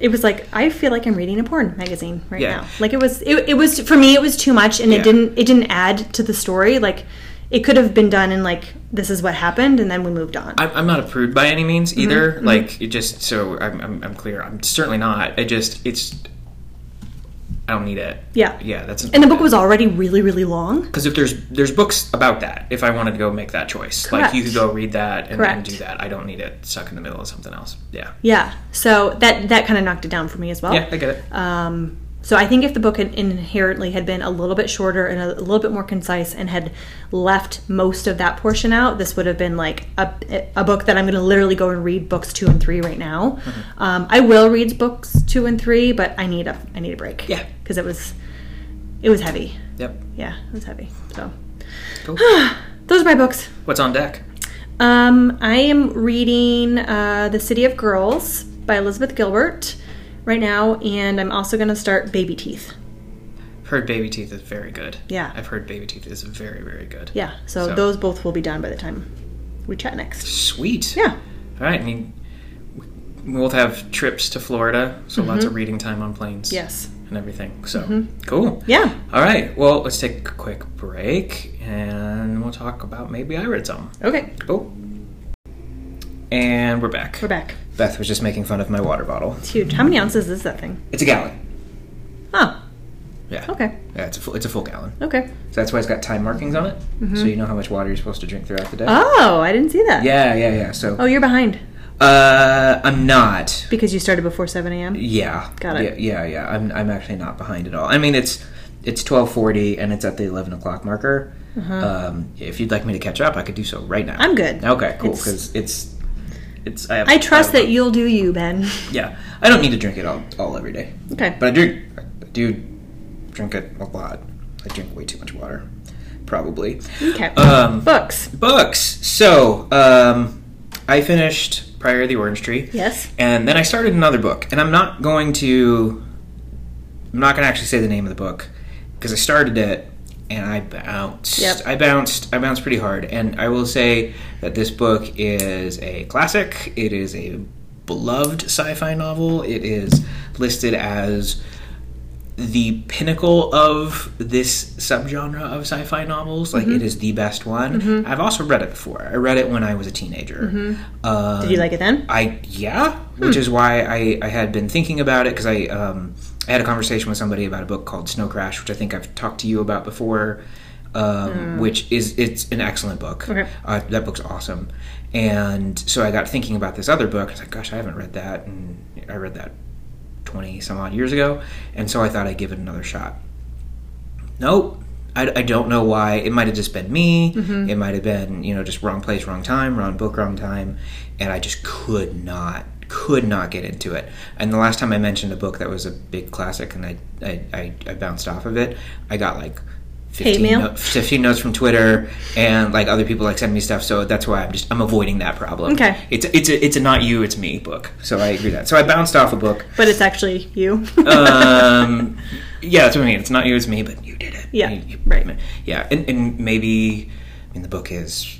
Speaker 2: It was like I feel like I'm reading a porn magazine right
Speaker 1: Yeah.
Speaker 2: now. Like it was it, it was for me it was too much and
Speaker 1: Yeah.
Speaker 2: it didn't it didn't add to the story. Like it could have been done in like this is what happened and then we moved on.
Speaker 1: I'm, I'm not a prude by any
Speaker 2: Mm-hmm,
Speaker 1: means either. Like, it just so I'm, I'm, I'm clear, I'm certainly not. I just, it's, I don't need it.
Speaker 2: yeah.
Speaker 1: Yeah, that's
Speaker 2: And the book was already really, really long.
Speaker 1: because if there's there's books about that. If I wanted to go make that choice, like you
Speaker 2: Correct.
Speaker 1: could go read that and, then
Speaker 2: Correct.
Speaker 1: do that. I don't need it stuck in the middle of something else. Yeah,
Speaker 2: Yeah. So that that kind of knocked it down for me as well.
Speaker 1: yeah, I get it.
Speaker 2: Um, So I think if the book had inherently had been a little bit shorter and a little bit more concise and had left most of that portion out, this would have been like a, a book that I'm going to literally go and read books two and three right now. Um, I will read books two and three, but I need a I need a break.
Speaker 1: Yeah.
Speaker 2: because it was it was heavy.
Speaker 1: Yep.
Speaker 2: Yeah, it was heavy. So (sighs)
Speaker 1: Cool.
Speaker 2: those are my books.
Speaker 1: What's on deck?
Speaker 2: Um, I am reading uh, The City of Girls by Elizabeth Gilbert right now, and I'm also going to start Baby Teeth.
Speaker 1: Heard Baby Teeth is very good.
Speaker 2: Yeah.
Speaker 1: I've heard Baby Teeth is very, very good.
Speaker 2: Yeah, so,
Speaker 1: So-
Speaker 2: those both will be done by the time we chat next.
Speaker 1: Sweet.
Speaker 2: Yeah,
Speaker 1: All right. I mean, we both have trips to Florida, so lots of reading time on planes.
Speaker 2: Mm-hmm. yes. Mm-hmm.
Speaker 1: And everything. So cool.
Speaker 2: Yeah,
Speaker 1: All right. Well, let's take a quick break and we'll talk about maybe I read some.
Speaker 2: okay,
Speaker 1: Cool. And we're back.
Speaker 2: we're back.
Speaker 1: Beth was just making fun of my water bottle.
Speaker 2: It's huge. How many ounces is that thing?
Speaker 1: It's a gallon.
Speaker 2: Oh,
Speaker 1: Yeah.
Speaker 2: okay,
Speaker 1: Yeah, it's a full, it's a full gallon.
Speaker 2: okay.
Speaker 1: So that's why it's got time markings on it, so you know how much water you're supposed to drink throughout the day.
Speaker 2: Mm-hmm. Oh, I didn't see that.
Speaker 1: Yeah, yeah, yeah. So
Speaker 2: Oh, you're behind
Speaker 1: uh, I'm not.
Speaker 2: because you started before 7 a.m.
Speaker 1: Yeah.
Speaker 2: Got it.
Speaker 1: Yeah, yeah, yeah. I'm I'm actually not behind at all. I mean, it's it's 12:40 and it's at the 11 o'clock marker. Um, if you'd like me to catch up, I could do so right now.
Speaker 2: Uh-huh. I'm good.
Speaker 1: Okay, cool.
Speaker 2: It's-
Speaker 1: Because it's it's I, have,
Speaker 2: I trust
Speaker 1: have-
Speaker 2: that you'll do you, Ben.
Speaker 1: Yeah, I don't need to drink it all all every day,
Speaker 2: Okay.
Speaker 1: (laughs) but uh, I drink I do drink it a lot. I drink way too much water, probably.
Speaker 2: Okay.
Speaker 1: Um,
Speaker 2: Books.
Speaker 1: books. So, um, I finished Prior of the Orange Tree.
Speaker 2: Yes.
Speaker 1: And then I started another book, and I'm not going to. I'm not going to actually say the name of the book because I started it and I bounced.
Speaker 2: Yep.
Speaker 1: I bounced. I bounced pretty hard, and I will say that this book is a classic. It is a beloved sci-fi novel. It is listed as the pinnacle of this subgenre of sci-fi novels. Like
Speaker 2: Mm-hmm.
Speaker 1: it is the best one. I've also read it before. I read it when I was a teenager. Um,
Speaker 2: Mm-hmm. Did you like it then?
Speaker 1: I yeah, which is why I, I had been thinking about it because I um, I had a conversation with somebody about a book called Snow Crash, which I think I've talked to you about before. Um, Which is it's an excellent book.
Speaker 2: Okay.
Speaker 1: Uh, that book's awesome, and so I got thinking about this other book. I was like, gosh, I haven't read that, and I read that twenty some odd years ago, and so I thought I'd give it another shot. Nope. I, I don't know why. It might have just been me.
Speaker 2: Mm-hmm.
Speaker 1: It might have been, you know, just wrong place, wrong time, wrong book, wrong time. And I just could not, could not get into it. And the last time I mentioned a book that was a big classic and I, I, I, I bounced off of it, I got like 15,
Speaker 2: mail?
Speaker 1: no- 15 notes from Twitter and like other people like send me stuff. So that's why I'm just, I'm avoiding that problem.
Speaker 2: Okay.
Speaker 1: It's, it's, a, it's a not you, it's me book. So I agree with that. So I bounced off a book.
Speaker 2: But it's actually you.
Speaker 1: Uh. um, yeah, that's what I mean. It's not you, it's me, but you did it.
Speaker 2: Yeah,
Speaker 1: You- you-
Speaker 2: right.
Speaker 1: Yeah, and, and maybe, I mean, the book is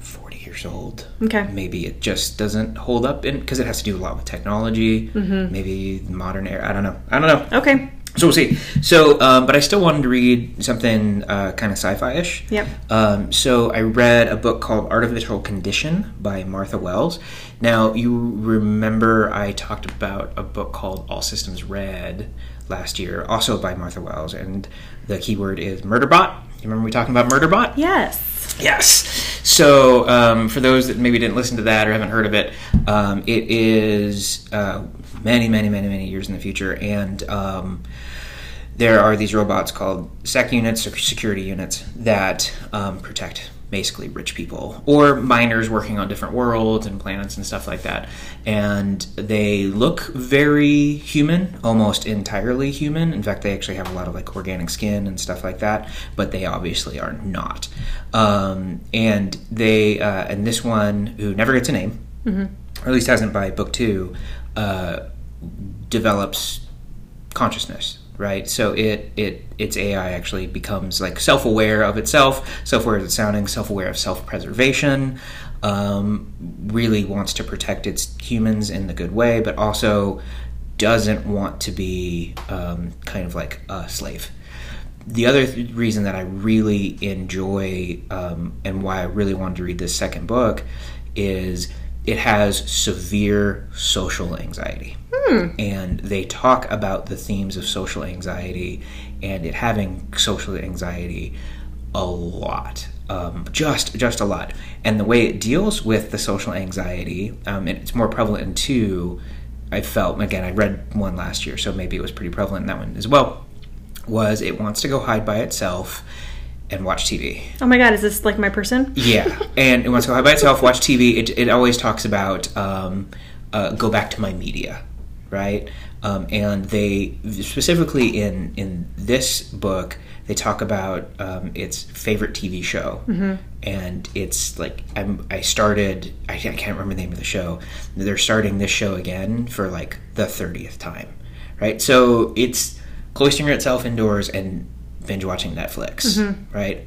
Speaker 1: 40 years old.
Speaker 2: Okay.
Speaker 1: Maybe it just doesn't hold up because it has to do a lot with technology,
Speaker 2: Mm-hmm.
Speaker 1: maybe the modern era. I don't know. I don't know.
Speaker 2: (laughs) Okay.
Speaker 1: So we'll see. So, um, but I still wanted to read something uh, kind of sci-fi-ish.
Speaker 2: Yep.
Speaker 1: Um, so I read a book called Artificial Condition by Martha Wells. Now you remember I talked about a book called All Systems Red last year, also by Martha Wells, and the keyword is Murderbot. You remember we talking about Murderbot?
Speaker 2: Yes.
Speaker 1: Yes. So, um, for those that maybe didn't listen to that or haven't heard of it, um, it is uh, many, many, many, many years in the future, and um, there are these robots called SEC units or security units that um, protect basically rich people or miners working on different worlds and planets and stuff like that. And they look very human, almost entirely human. In fact, they actually have a lot of like organic skin and stuff like that, but they obviously are not. Um, and they uh, and this one who never gets a name, or at least hasn't by book two, uh, develops consciousness right so it it its ai actually becomes like self-aware of itself self-aware of its sounding self-aware of self-preservation um, really wants to protect its humans in the good way but also doesn't want to be um, kind of like a slave the other th- reason that I really enjoy um, and why I really wanted to read this second book is it has severe social anxiety. And they talk about the themes of social anxiety and it having social anxiety a lot. Um, just just a lot, and the way it deals with the social anxiety, um, and it's more prevalent in two I felt again I read one last year, so maybe it was pretty prevalent in that one as well. Was it wants to go hide by itself and watch TV?
Speaker 2: Oh my god, is this like my person?
Speaker 1: Yeah, and it wants to go hide by itself, watch TV. It, it always talks about um, uh, go back to my media, right? Um, and they specifically in in this book they talk about um, its favorite TV show, and it's like I'm, I started I can't I can't remember the name of the show. They're starting this show again for like the thirtieth time, right? So it's cloistering itself indoors and binge watching Netflix, right?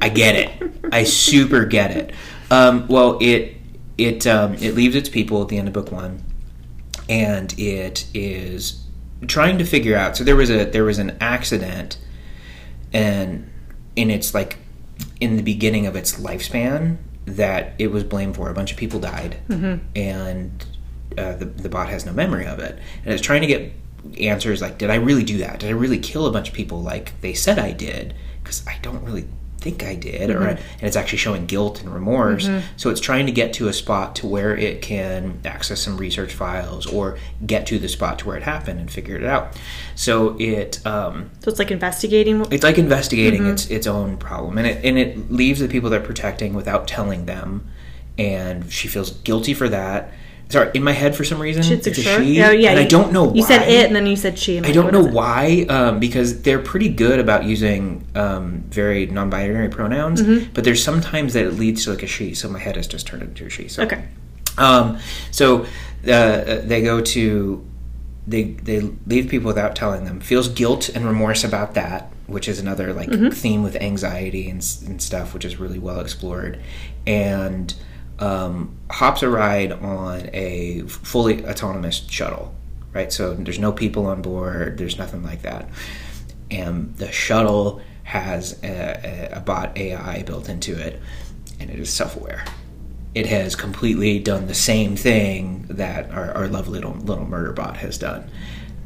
Speaker 1: I get it. I super get it. Um, well, it it um, it leaves its people at the end of book one, and it is trying to figure out. So there was a there was an accident, and in its like in the beginning of its lifespan that it was blamed for. A bunch of people died, and uh, the the bot has no memory of it. And it's trying to get answers like, did I really do that? Did I really kill a bunch of people like they said I did? Because I don't really think I did, or and it's actually showing guilt and remorse. So it's trying to get to a spot to where it can access some research files or get to the spot to where it happened and figure it out. So it um,
Speaker 2: So it's like investigating. what-
Speaker 1: it's like investigating
Speaker 2: Mm-hmm.
Speaker 1: its its own problem, and it and it leaves the people they're protecting without telling them, and she feels guilty for that. Sorry, in my head for some reason
Speaker 2: It's a
Speaker 1: it's a
Speaker 2: sure.
Speaker 1: she,
Speaker 2: Oh, yeah,
Speaker 1: and I
Speaker 2: you-
Speaker 1: don't know why.
Speaker 2: You said it, and then you said she. I'm
Speaker 1: I
Speaker 2: like,
Speaker 1: don't
Speaker 2: what
Speaker 1: know
Speaker 2: is it?
Speaker 1: why, um, because they're pretty good about using um, very non-binary pronouns,
Speaker 2: Mm-hmm.
Speaker 1: but there's sometimes that it leads to like a she. So my head has just turned into a she. So
Speaker 2: Okay.
Speaker 1: um, so uh, they go to they they leave people without telling them. Feels guilt and remorse about that, which is another like theme with anxiety and, s- and stuff, which is really well explored. And um, hops a ride on a fully autonomous shuttle, right? So there's no people on board. There's nothing like that. And the shuttle has a, a, a bot AI built into it, and it is self-aware it has completely done the same thing that our, our lovely little, little murder bot has done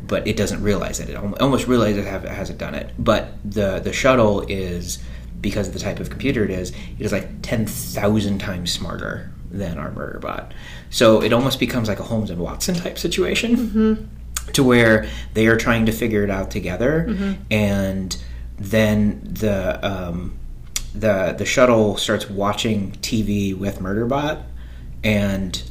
Speaker 1: but it doesn't realize it it al- almost realizes it, have, it hasn't done it but the, the shuttle is because of the type of computer it is it is like 10000 times smarter than our murder bot so it almost becomes like a holmes and watson type situation to where they are trying to figure it out together, and then the um, the the shuttle starts watching TV with Murderbot, and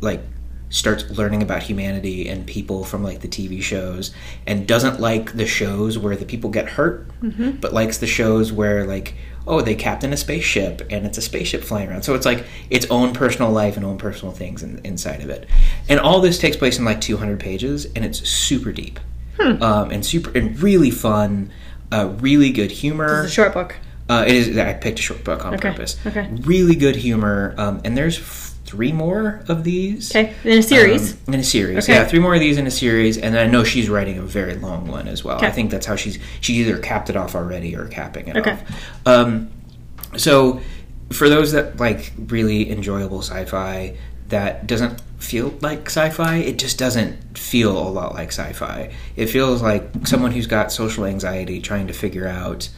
Speaker 1: like starts learning about humanity and people from like the TV shows, and doesn't like the shows where the people get hurt,
Speaker 2: Mm-hmm.
Speaker 1: but likes the shows where like. Oh, they captain a spaceship, and it's a spaceship flying around. So it's like its own personal life and own personal things in, inside of it. And all this takes place in like 200 pages, and it's super deep
Speaker 2: Hmm.
Speaker 1: um, and super and really fun. Uh, really good humor.
Speaker 2: It's a short book.
Speaker 1: Uh, it is. I picked a short book on
Speaker 2: Okay,
Speaker 1: purpose.
Speaker 2: okay.
Speaker 1: Really good humor. Um, and there's f- three more of these.
Speaker 2: Okay, in a series.
Speaker 1: Um, in a series.
Speaker 2: Okay.
Speaker 1: Yeah, three more of these in a series, and then I know she's writing a very long one as well. I
Speaker 2: Okay.
Speaker 1: think that's how she's she either capped it off already or capping it
Speaker 2: Okay.
Speaker 1: off. Um, so for those that like really enjoyable sci-fi that doesn't feel like sci-fi, it just doesn't feel a lot like sci-fi. It feels like someone who's got social anxiety trying to figure out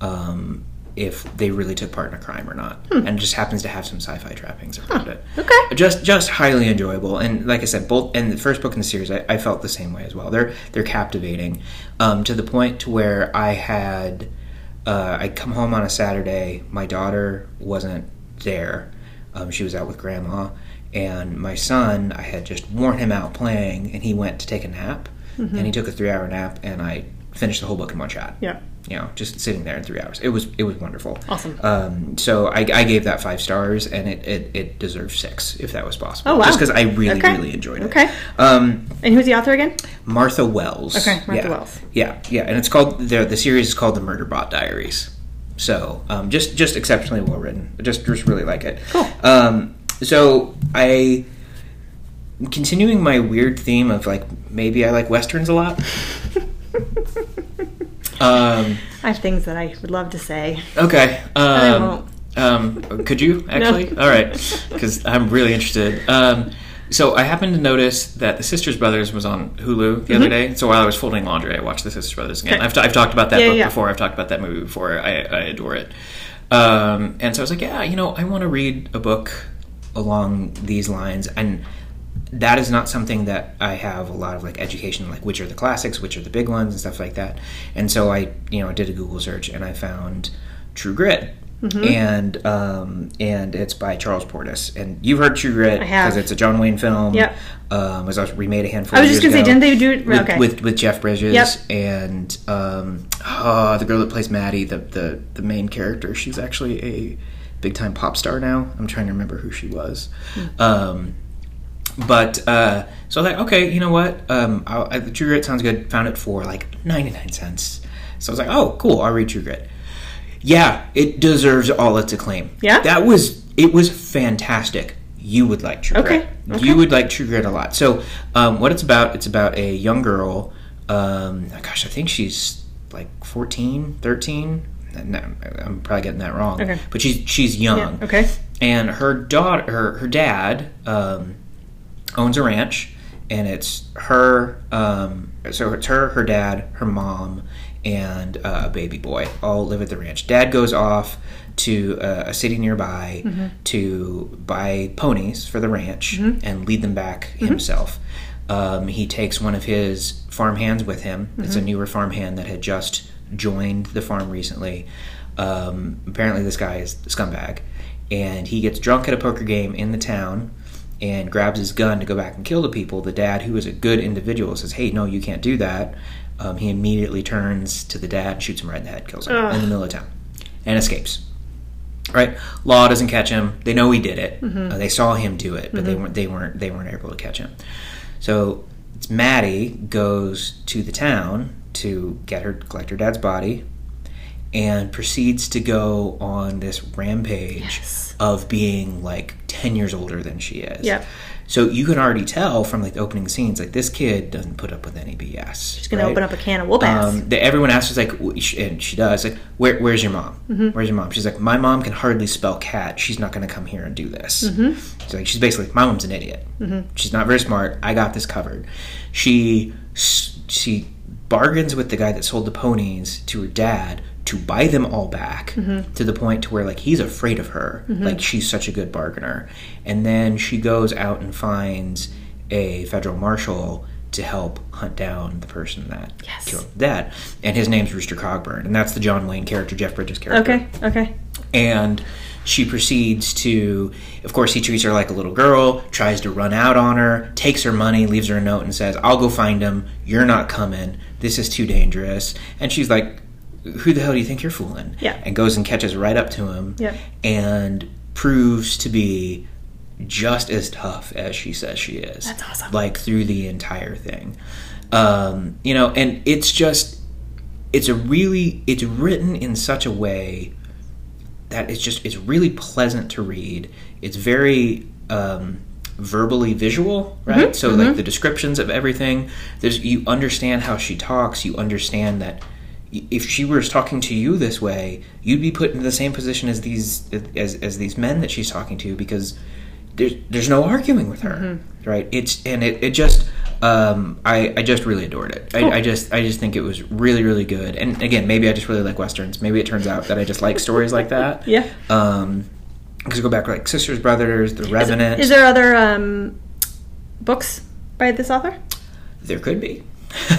Speaker 1: um, if they really took part in a crime or not,
Speaker 2: Hmm.
Speaker 1: and just happens to have some sci-fi trappings around it
Speaker 2: Okay.
Speaker 1: just just highly enjoyable and like i said both and the first book in the series i, I felt the same way as well they're they're captivating um, to the point to where i had uh, i come home on a saturday my daughter wasn't there um, she was out with grandma and my son i had just worn him out playing and he went to take a nap and he took a three hour nap and i finished the whole book in one shot
Speaker 2: Yeah.
Speaker 1: you know, just sitting there in three hours. It was it was wonderful.
Speaker 2: Awesome.
Speaker 1: Um, so I, I gave that five stars, and it, it, it deserves six if that was possible.
Speaker 2: Oh, wow.
Speaker 1: Just because I really
Speaker 2: Okay.
Speaker 1: really enjoyed it.
Speaker 2: Okay.
Speaker 1: Um,
Speaker 2: And who's the author again? (laughs)
Speaker 1: Martha Wells.
Speaker 2: Okay, Martha
Speaker 1: yeah.
Speaker 2: Wells.
Speaker 1: Yeah, yeah, and it's called the the series is called the Murderbot Diaries. So um, just just exceptionally well written. Just just really like it.
Speaker 2: Cool.
Speaker 1: Um, so I continuing my weird theme of like maybe I like westerns a lot. um,
Speaker 2: I have things that I would love to say.
Speaker 1: Okay. Um,
Speaker 2: I won't.
Speaker 1: Um, could you actually?
Speaker 2: (laughs) No.
Speaker 1: All right, because I'm really interested. Um, so I happened to notice that The Sisters Brothers was on Hulu the other day. So while I was folding laundry, I watched The Sisters Brothers again.
Speaker 2: Mm-hmm. Okay.
Speaker 1: I've, t- I've talked about that
Speaker 2: Yeah,
Speaker 1: book
Speaker 2: yeah.
Speaker 1: before. I've talked about that movie before. I, I adore it. Um, and so I was like, yeah, you know, I want to read a book along these lines, and that is not something that I have a lot of like education, like which are the classics, which are the big ones, and stuff like that. And so I, you know, I did a Google search and I found True Grit,
Speaker 2: Mm-hmm.
Speaker 1: and um, and it's by Charles Portis. And you've heard True Grit
Speaker 2: I have.
Speaker 1: it's a John Wayne film.
Speaker 2: Yep.
Speaker 1: um, it was also remade a handful.
Speaker 2: I was
Speaker 1: of
Speaker 2: just
Speaker 1: years
Speaker 2: gonna say,
Speaker 1: ago
Speaker 2: didn't they do it-
Speaker 1: with,
Speaker 2: okay.
Speaker 1: with with Jeff Bridges
Speaker 2: Yep.
Speaker 1: and um, oh, the girl that plays Maddie, the the the main character. She's actually a big time pop star now. I'm trying to remember who she was.
Speaker 2: Hmm.
Speaker 1: Um, but uh, so I was like, okay, you know what? Um, I'll, I, True Grit sounds good. Found it for like 99 cents. So I was like, oh, cool. I'll read True Grit. Yeah, it deserves all its acclaim.
Speaker 2: Yeah?
Speaker 1: that was it was fantastic. You would like True
Speaker 2: Okay,
Speaker 1: Grit.
Speaker 2: okay.
Speaker 1: You would like True Grit a lot. So um, what it's about? It's about a young girl. Um, gosh, I think she's like 14, 13. No, I'm probably getting that wrong.
Speaker 2: Okay.
Speaker 1: But she's she's young
Speaker 2: Yeah, okay.
Speaker 1: and her daughter, her, her dad, um, owns a ranch, and it's her. Um, so it's her, her dad, her mom, and uh, a baby boy all live at the ranch. Dad goes off to uh, a city nearby to buy ponies for the ranch and lead them back himself. Um, he takes one of his farm hands with him. It's a newer farm hand that had just joined the farm recently. Um, apparently, this guy is a scumbag, and he gets drunk at a poker game in the town and grabs his gun to go back and kill the people. The dad, who is a good individual, says, "Hey, no, you can't do that." Um, he immediately turns to the dad, shoots him right in the head, kills him in the middle of town, and escapes right? Law doesn't catch him. They know he did it. Uh, they saw him do it, but they weren't. They weren't. They weren't able to catch him. So it's Maddie goes to the town to get her collect her dad's body, and proceeds to go on this rampage
Speaker 2: Yes.
Speaker 1: of being like ten years older than she is.
Speaker 2: Yep.
Speaker 1: So you can already tell from like the opening scenes, like this kid doesn't put up with any BS.
Speaker 2: She's gonna open up a can of whoop ass.
Speaker 1: Um, that everyone asks is like, w- sh- and she does like, Where, "Where's your mom? Where's your mom?" She's like, "My mom can hardly spell cat. She's not going to come here and do this." She's like, she's basically, like, "My mom's an idiot. She's not very smart. I got this covered." She s- she bargains with the guy that sold the ponies to her dad to buy them all back to the point to where like he's afraid of her like she's such a good bargainer and then she goes out and finds a federal marshal to help hunt down the person that
Speaker 2: Yes.
Speaker 1: killed that and his name's rooster cogburn and that's the john wayne character jeff bridges character
Speaker 2: okay, okay.
Speaker 1: and she proceeds to of course he treats her like a little girl tries to run out on her takes her money leaves her a note and says i'll go find him you're not coming this is too dangerous and she's like who the hell do you think you're fooling
Speaker 2: Yeah.
Speaker 1: and goes and catches right up to him
Speaker 2: Yeah.
Speaker 1: and proves to be just as tough as she says she is
Speaker 2: That's awesome.
Speaker 1: like through the entire thing um, you know and it's just it's a really it's written in such a way that it's just it's really pleasant to read. It's very um, verbally visual, right? So like the descriptions of everything, there's you understand how she talks. You understand that y- if she was talking to you this way, you'd be put into the same position as these as as these men that she's talking to because there's there's no arguing with her, right? It's and it it just. Um, I, I just really adored it. I, I just I just think it was really really good. And again, maybe I just really like westerns. Maybe it turns out that I just like stories like that
Speaker 2: Yeah.
Speaker 1: um because go back like sisters brothers the revenant
Speaker 2: Is there other um, books by this author?
Speaker 1: there could be (laughs)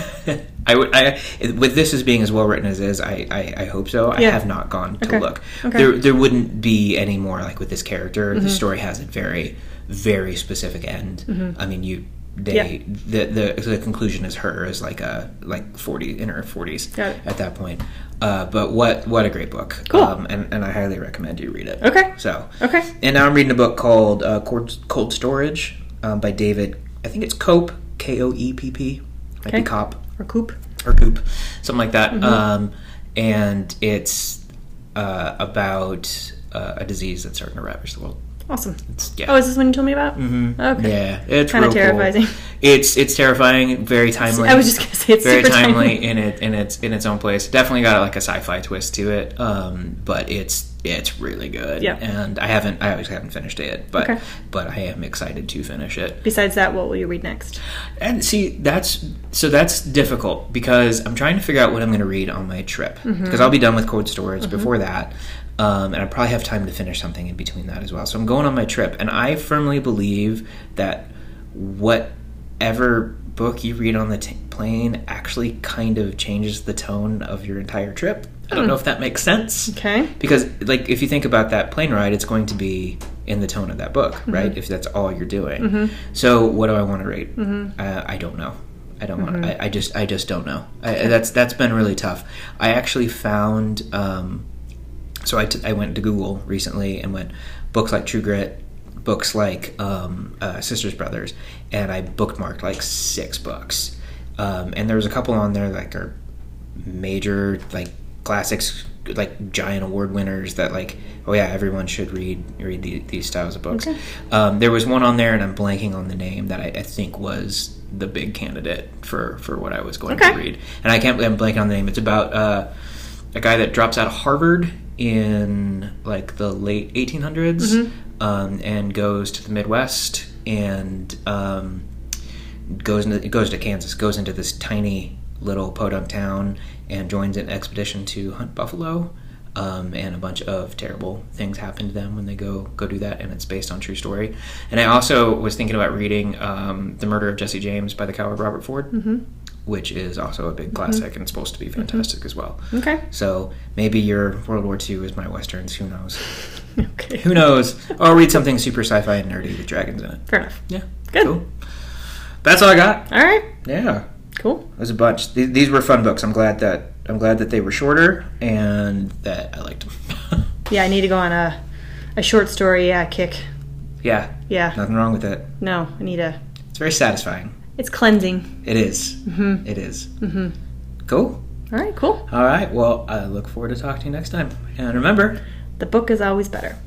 Speaker 1: I would I with this as being as well written as is I I, I hope so I
Speaker 2: Yeah.
Speaker 1: have not gone to
Speaker 2: Okay.
Speaker 1: look
Speaker 2: Okay. Mm-hmm.
Speaker 1: there there wouldn't be any more like with this character the story has a very very specific end
Speaker 2: Mm-hmm.
Speaker 1: I mean you they the, the the conclusion is her is like a like 40 in her 40s
Speaker 2: Got it.
Speaker 1: at that point uh, but what what a great book Um,
Speaker 2: Cool.
Speaker 1: and, and I highly recommend you read it
Speaker 2: Okay.
Speaker 1: so
Speaker 2: Okay.
Speaker 1: And now I'm reading a book called uh, Cold, Cold Storage um, by David. I think it's Cope, K O E P P, might
Speaker 2: Okay. Mm-hmm.
Speaker 1: be Cop
Speaker 2: Or Coop?
Speaker 1: or Coop, something like that. Um, and it's uh, about uh, a disease that's starting to ravage the world.
Speaker 2: Awesome.
Speaker 1: It's, yeah.
Speaker 2: Oh, is this one you told me about? Mm-hmm. Okay.
Speaker 1: yeah, it's
Speaker 2: Kinda
Speaker 1: real cool.
Speaker 2: terrifying. (laughs)
Speaker 1: It's it's terrifying, very timely.
Speaker 2: I was just gonna say it's
Speaker 1: very
Speaker 2: super
Speaker 1: timely,
Speaker 2: timely.
Speaker 1: in it in its in its own place. Definitely got like a sci-fi twist to it, um, but it's it's really good.
Speaker 2: Yeah.
Speaker 1: and I haven't I obviously haven't finished it, yet, but
Speaker 2: Okay.
Speaker 1: but I am excited to finish it.
Speaker 2: Besides that, what will you read next?
Speaker 1: And see, that's so that's difficult because I'm trying to figure out what I'm going to read on my trip because I'll be done with cold storage before that, um, and I probably have time to finish something in between that as well. So I'm going on my trip, and I firmly believe that whatever book you read on the t- plane actually kind of changes the tone of your entire trip. I don't know if that makes sense.
Speaker 2: Okay.
Speaker 1: Because, like, if you think about that plane ride, it's going to be in the tone of that book, right? If that's all you're doing. So, what do I want to read? Uh, I don't know. I don't want. I, I just. I just don't know. I, That's that's been really tough. I actually found. Um, so I, t- I went to Google recently and went books like True Grit, books like um, uh, Sisters Brothers, and I bookmarked like six books. Um, and there was a couple on there like are major like classics, like giant award winners that like oh yeah everyone should read read the, these styles of books. Um, there was one on there and I'm blanking on the name that I, I think was the big candidate for for what I was going
Speaker 2: Okay.
Speaker 1: to read. And I can't I'm blanking on the name. It's about. Uh, a guy that drops out of Harvard in like the late 1800s um, and goes to the Midwest and um, goes into, goes to Kansas, goes into this tiny little podunk town and joins an expedition to hunt buffalo. Um, and a bunch of terrible things happen to them when they go go do that, and it's based on true story. And I also was thinking about reading um, "The Murder of Jesse James" by the coward Robert Ford,
Speaker 2: Hmm. Mm-hmm.
Speaker 1: which is also a big classic and it's supposed to be fantastic as well.
Speaker 2: Okay.
Speaker 1: So maybe your World War II is my westerns. Who knows?
Speaker 2: (laughs) Okay.
Speaker 1: Who knows? Or I'll read something super sci-fi and nerdy with dragons in it.
Speaker 2: Fair enough.
Speaker 1: Yeah,
Speaker 2: Good.
Speaker 1: Cool. That's all I got.
Speaker 2: All right.
Speaker 1: Yeah,
Speaker 2: Cool.
Speaker 1: it was a bunch. Th- these were fun books. I'm glad that I'm glad that they were shorter and that I liked (laughs) them.
Speaker 2: Yeah, I need to go on a a short story yeah, kick.
Speaker 1: yeah,
Speaker 2: Yeah.
Speaker 1: nothing wrong with it.
Speaker 2: No, I need a.
Speaker 1: It's very satisfying.
Speaker 2: It's cleansing.
Speaker 1: It Mm-hmm. It Mm-hmm. Cool.
Speaker 2: All right. Cool.
Speaker 1: All right. Well, I look forward to talking to you next time. And remember,
Speaker 2: The book is always better.